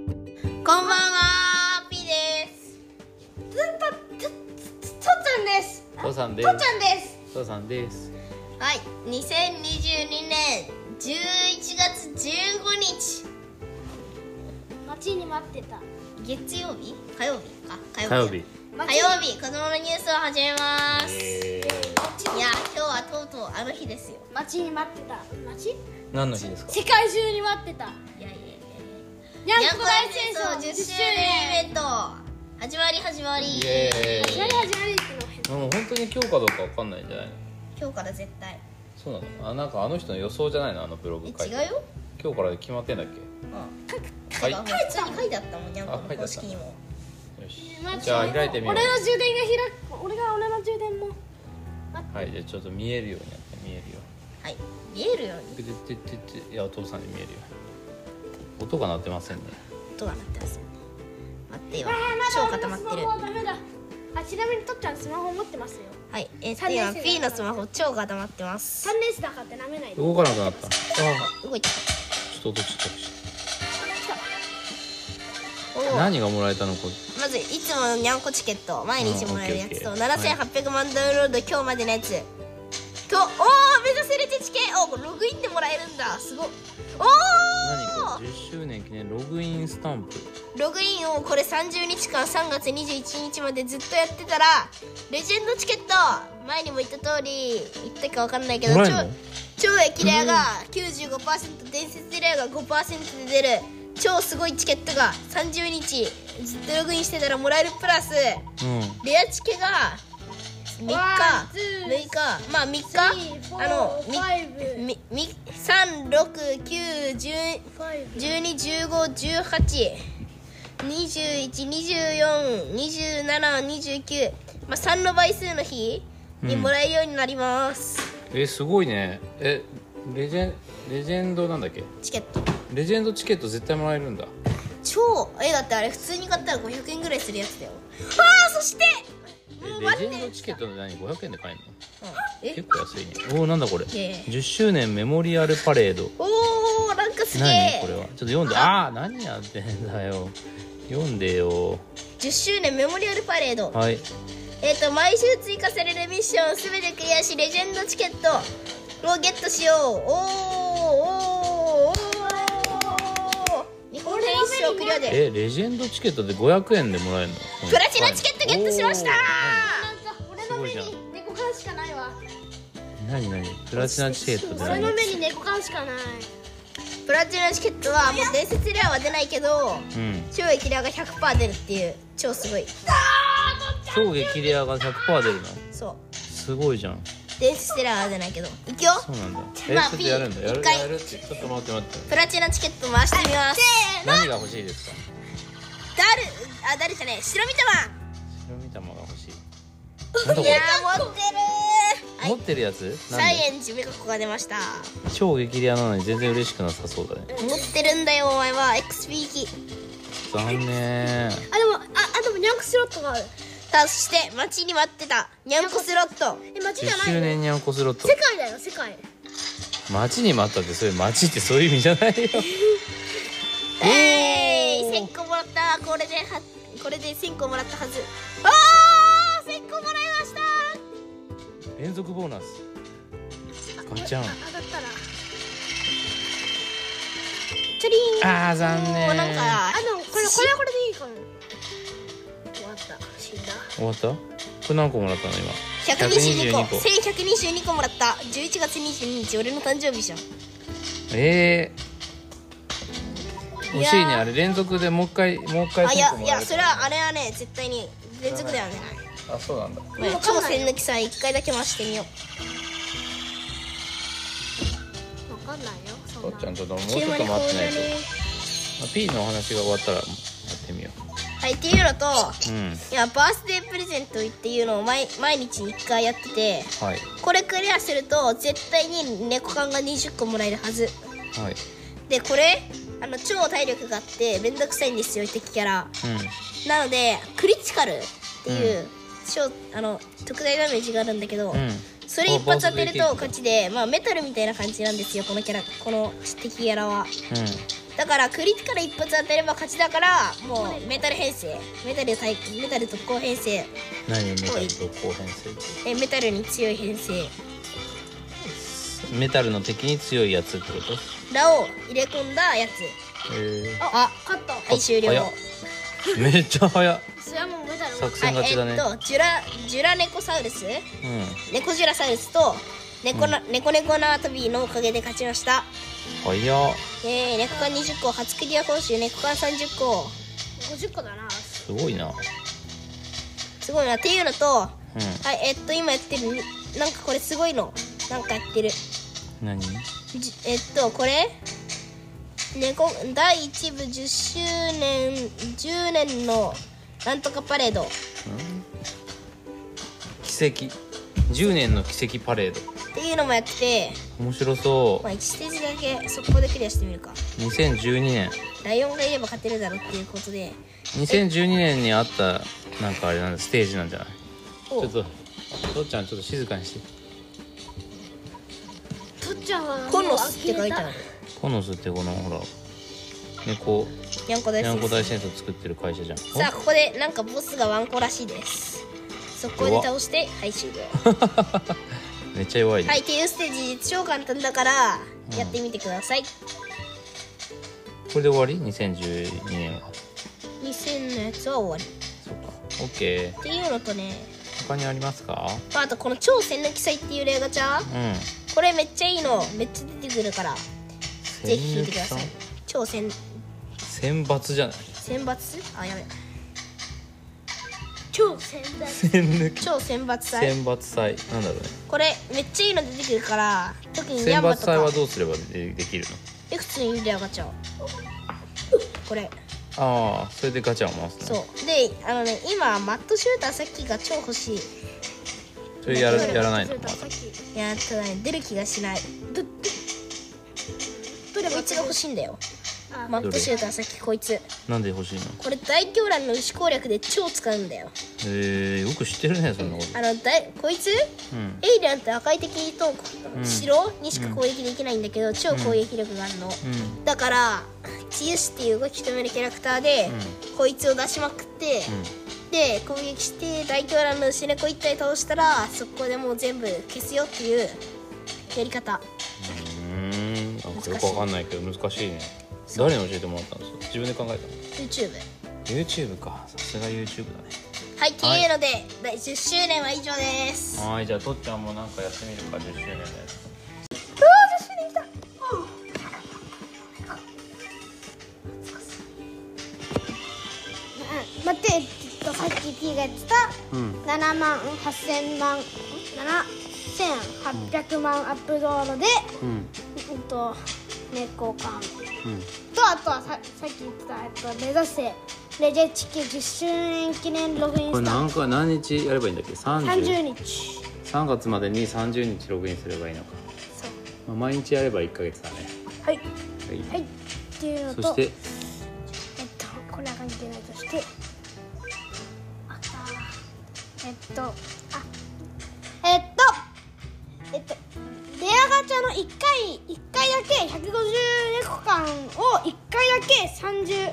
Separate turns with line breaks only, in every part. こんばんはピです
ずっととととっちゃんです
父さんで
とっち
す
ゃんです
父さんです
はい2022年11月15日
待ちに待ってた
月曜日火曜日か火
火曜日
だ火曜日子供のニュースを始めますい
え
や今日はとうとうあの日ですよ
待ちに待ってた待ち
ー、何の日ですか
世界中に待ってた
いやいやいや
ニャ
ヤ
ン
ンコ
コ大
大
戦
戦
争
争
10
10周
周年
年イベント始まり始まり
イエ
始まり始まりっての変
ーイもう本当に今日かどうかわかんないんじゃないの
今日から絶対
そうなのあなんかあの人の予想じゃないのあのブログ
え
書いて
違うよ
今日から決まってんだっ
うん
けはい
なんか普通に書いてあったもんニャンコ
あ
の
書い
公
てあった
式にも
よし
待ち
じゃあ開いてみよ
俺の
う
充電が開く俺が俺の充電も
はいじゃあちょっと見えるようにやって見えるよ
はい見えるように
ててててていやお父さんに見えるよ音が鳴ってませんね
音が鳴ってますよね待ってよ
あー
超
まだ
固まって
俺のスマ
る
ホはダメだあちなみにとっちゃんスマホ持ってますよ
はい、え
三
ー、
年
今
生だ
P のスマホ超固まってます
三年生だからってなめないで
動かなくなったあ
動いた
ちょっと音ちっちゃくし
おお
た何がもらえたのか
まずいつものにゃんこチケット毎日もらえるやつと
うんオッケーオッ
7800万ダウンロード今日までのやつとおお目指せるてチケおこれログインでもらえるんだすごっお
何これ10周年記念ログインスタンプ
おログインをこれ30日間3月21日までずっとやってたらレジェンドチケット前にも言った通り言ったか分かんないけど
もらえ
超
んの
超駅レアが95%伝説レアが5%で出る超すごいチケットが30日ずっとログインしてたらもらえるプラス
うん
レアチケが3日
ワンツ
6
ー
日まあ3日
フォー
あの
ファイブ
みみ3 6 9 1
5
1 2 1 5 1 8 2 1 2 4 2 7 2 9まあ、3の倍数の日にもらえるようになります、
えすごいねえレジェンレジェンドなんだっけ
チケット
レジェンドチケット絶対もらえるんだ
超えだってあれ普通に買ったら500円ぐらいするやつだよああそして
えレジェンドチケットって何500円で買えるの
え
結構安いねおおなんだこれ
いやいや
10周年メモリアルパレード
おおなんかすげ
何
え
これはちょっと読んでああー何やってんだよ読んでよ
10周年メモリアルパレード
はい
えっ、と毎週追加されるミッションを全てクリアしレジェンドチケットをゲットしようおーおーおーおー日本編一生クリアで
えレジェンドチケットで500円でもらえるのうん
プラチナチケットゲットしました
おー
なんか俺の目に猫缶しかないわ
何何何プラチナチケットで
俺
何
の目に猫缶しかない
プラチナチケットはもう伝説レアは出ないけど
うん
超エキラが100%出るっていう超すごい
超激レアが100%出るの
そう
すごいじゃん
伝説レアは出ないけどいくよ
そうなんだえち
まあ
ょっとやるんだやる
一回
やるってちょっと待って待って
プラチナチケット回してみますせー
何が欲しいですか
ダルあダルじゃねえ白身玉
白身玉が欲しいなんだこ
いや
れ
ー持ってるーはい
持ってるやつなん
サイ
で
エンジメカコが出ました
超激レアなのに全然嬉しくなさそうだね
持ってるんだよお前は XP 機
残念
あでもああでもニャンクスロットがある
そして待ちに待ってたニャンコスロット
え街
10
じゃない
周
の
年にゃんこスロット
世界だよ世界
待ちに待ったってそういう待ちってそういう意味じゃないよ
えい、
おー
1000個もらったこれではこれで1000個もらったはずあー1000個もらいました
連続ボーナスガチャン
あ当たったら
チョリーン
あー残念
もうなんか
あでもこれこれはこれでいいかも終わった死んだ
終わったこれ何個もらったの今
122個
122
1122個もらった11月22日俺の誕生日じゃん
えー、欲しい
い
ね
やー
あれ連続でもう一回もう一回
あいや
1000個
い
もらえ
や
る
それはあれはね絶対に連続ではね
あそうなんだ
まあ超線抜きさ一回だけ回してみよう
わかんないよそん
と
な
っちゃんちょっともうちょっと待ってないと、まあ、P のお話が終わったらやってみよ
はいっていうのと
ううん
いやバースデープレゼントっていうのを毎毎日1回やってて
はい
これクリアすると絶対に猫缶が20個もらえるはず
はい
でこれあの超体力があってめんどくさいんですよ敵キャラ
う
なのでクリティカルっていう、超あの特大ダメージがあるんだけど、
んうん
それ一発当てると
あバースデー
勝ちで、まあ、メタルみたいな感じなんですよこのキャラこの敵キャラは
うん
だだからクリティカル一発当てれば勝ちだからもうメタル編成メタル対メタル特攻編成
何メタル特攻編成って
えメタルに強い編成
メタルの敵に強いやつってこと
らを入れ込んだやつ
へ
あ
勝った
はい終了
早っえめっちゃ早っ
それはもうメタル
作戦勝ちだね、
はいえっとジュラジュラネコサウルスネコジュラサウルスとネコな、ネコネコ縄跳びのおかげで勝ちました
うん早っ
えー、ネコ缶20個初クリア報酬ネコ缶30個
50個だな
すごいなうん
すごいなっていうのとはいえっと今やってるなんかこれすごいのなんかやってる
何
じえっとこれ猫第1部10周年10年のなんとかパレードっ
奇跡10年の奇跡パレード
ていうのもやってて、
面白そ
まあ、1ステージだけ速攻でクリアしてみるか
う2012年
ライオンがいれば勝てるだろうっていうことで
2012年にあったなんかあれなんだステージなんじゃない
お
ちょっととっちゃんちょっと静かにして
とっちゃんは
コンロスって書いてある
コノスってこのほら猫
にゃんこ大
ニャ
好きで
ンコ
す
大戦争作ってる会社じゃん
さあここでなんかボスがワンコらしいです速攻で倒してはい終了
おめっちゃ弱いね、
はいっていうステージ超簡単だからやってみてください、
これで終わり2012年は
2000のやつは終わり
そっか OK
っていうのとね、
他にありますか
まあ、あとこの超戦抜き祭っていうレガチャ
うん
これめっちゃいいのめっちゃ出てくるからぜひ引いてください
選抜
超選
選抜じゃない
選抜あやべ
超潜在
選抜
超選抜祭
選抜祭なんだろうね
これめっちゃいいの出てくるから特にヤ
選
ンマ
抜
と
祭
か
はどうすればでできるの
え普通にレガチャこれ
ああそれでガチャを回すの
そうであのね今マットシューターさっきが超欲しい
それやらやらないのまだ
さっき
いやただね出る気がしないどどどれもこいつが欲しいんだよ
あ
マットシューターさっきこいつ
なんで欲しいの
これ大狂乱の牛攻略で超使うんだよ
へえよく知ってるねそんなこ
あのだいこいつ
とうん
エイリアンって赤い敵と
うん
白にしか攻撃できないんだけど、超攻撃力があるの、
うん
だから治癒士っていう動き止めるキャラクターで、こいつを出しまくって、で攻撃して大狂乱の牛猫一体倒したら速攻でもう全部消すよっていうやり方
うんうんなんかよくわかんないけど難しいね
そう
誰に教えてもらったんですか自分で考えたの
YouTube
YouTube かさすが YouTube だね
はいっていうので、第10周年は以上です
はいじゃあとっちゃんもなんかやってみるか10周年のやつ
待ってえっとさっき P が言ってた
うん
7万8000万7800万アップロードで、
うん
えっと猫缶
うん
とあとはささっき言ってた、えっと、目指せレジェチキ10周年記念ログイン
こ
ス
れ
タ
何回何日やればいいんだっけ
30
30
日
3月までに30日ログインすればいいのか、
そう
まあ、毎日やれば1ヶ月だね
はい
はい、
はいっていうの
そ
と
して
えっとこんな感じでとしてあとえっとあえっとえっとレアガチャの1回一回だけ150猫間を1回だけ30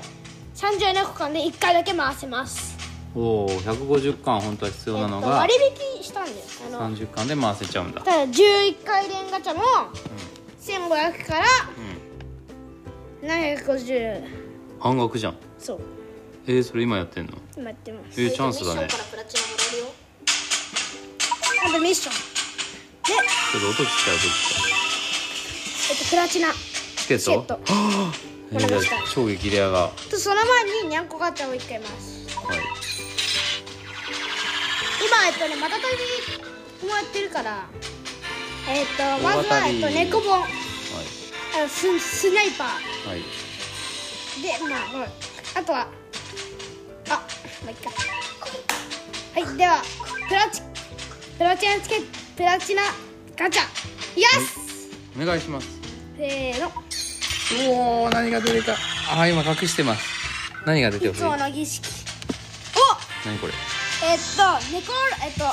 30猫間で1回だけ回せます
おお150巻本当は必要な
え
の
っと
が
割引したんだよあの
30巻で回せちゃうんだ
ただ11回連ガチャも1500から
うん
750
半額じゃん
そう
えー、それ今やってんの
今やってます
えー、チャンスだねちょっ
プラチナもらえるよ
あとミッションで
と音聞きたい音聞き
えっとプラチナ
たいチケット
チケット
はあえー、じゃあ超激レアがは
とその前ににゃんこガチャを一回回す
い
今えっとねまたたびもやってるからえっとま
大
ず
当
は
たり
えっと猫本あ
はい
のススナイパ
はい
ーでまあほらあとはあまあいっかはいではプラチプラチナつけプラチナガチャよし
お願いします
せーの
おお何が出てたあー今隠してます何が出て
い
ほし
つ
い
も
何
の儀式お
これ
えっと猫のえっと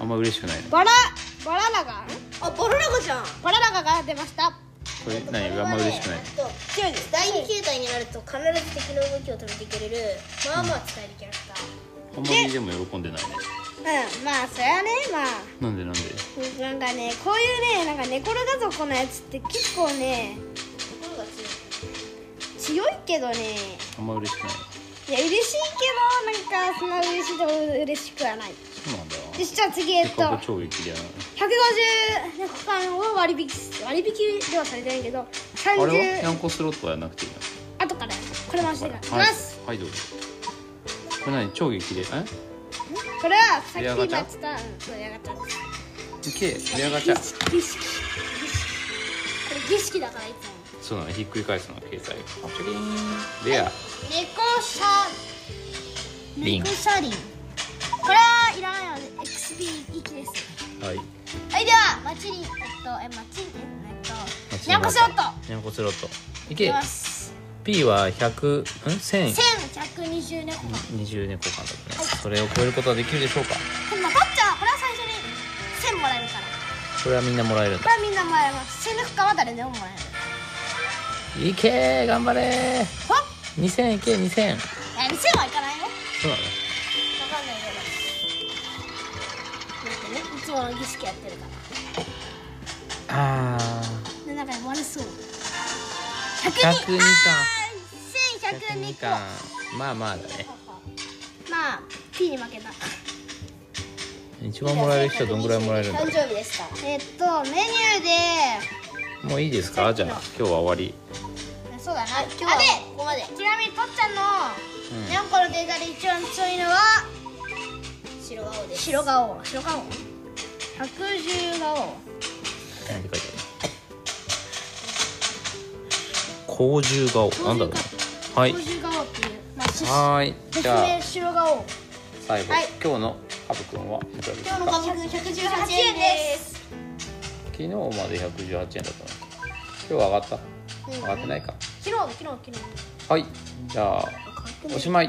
あんま嬉しくないね
バラバララガン
あバララガじゃん
バララガが出ました
それ何あんま嬉しくない
えっと
強いです
第2形態になると必ず敵の動きを止めてくれるまあまあ使えるキャラクター
あんまりでも喜んでないね
うんまあそれはねまあ
なんでなんで
なんかねこういうねなんか寝転がぞこのやつって結構ね
心が強い
強いけどね
あんま嬉しくない
いや嬉しいけどなんかそんな嬉しいと嬉しくはない
そうなんだ
よしじゃあ次えっ
結
と
構超激レアな
150猫缶を割引す割引ではされてないけど
あれはヤ
30
ンコスロットはなくていいの
後からこれ回してから
は
回す、
い、はい、どうぞこれ何超激レアえ
これはさっき
レアガ
今
チ
言
ャ
ってたうんそうレアガチャです
すげえレアガチャ
儀式儀式これ儀式だからいつも
そうなのひっくり返すの携帯チャリンレア
猫シャ
リン
猫シャリンこれはいらないので XP 行きです
はい
はいではマチリンえっとえマチリンえっとニャンコショット
ニャンコスロットい
いき
け
ます
P は100ん1000
1120猫か
20猫間だったねそれを超えることはできるでしょうか
でもパッチャーこれは最初に1000もらえるから
これはみんなもらえるん
こ
だ
れはみんなもらえます1000猫かは誰でももらえる
いけー頑張れ
ほっ
ー2000いけ2000
いや2000はいか
そうだ
ないよ
ね
わかんないけどだってねいつもの儀式やってるから
あ
でなんか悪そう
ー102
102あー
巻
1102
102
個
巻まあまあだね
まあ P に負けた
一番もらえる人はどんぐらいもらえるんだろ
誕生日ですか
えっとメニューで
うもういいですかじゃあ今日は終わり
そうだな今日
今日はここまで
ちなみにとっちゃんの
うん
にゃんこのデータで一番強いのは
白青です
白顔白顔百獣顔
なんて書いてある甲獣顔なんだろうねはい
百獣顔っていうまあし
はーいじゃあ
別名白顔
最後、
はい
今日のカブくんはいくらです
今日の
か
カブくん118円です
昨日まで118円だったの今日は上がった上がってないか
昨日昨日昨日
はいじゃあおしまい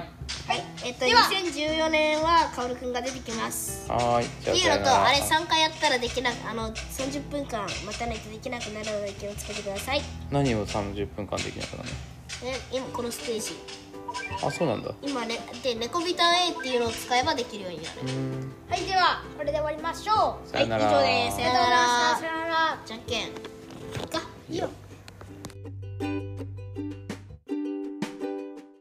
はいえっと
では
2014年はカオルくんが出てきます
はーいじ
っていう
ゃあさよ
のと
なら
あれ3回やったらできなくあの30分間待たないとできなくなるので気をつけてください
何を30分間できなかったの
ね今このステージ
あそうなんだ
今ねでレコビタン A っていうのを使えばできるようになる
うーん
はいではこれで終わりましょう
さよなら
はい以上ですさよなら
さよなら
じゃんけんいいか
いいよ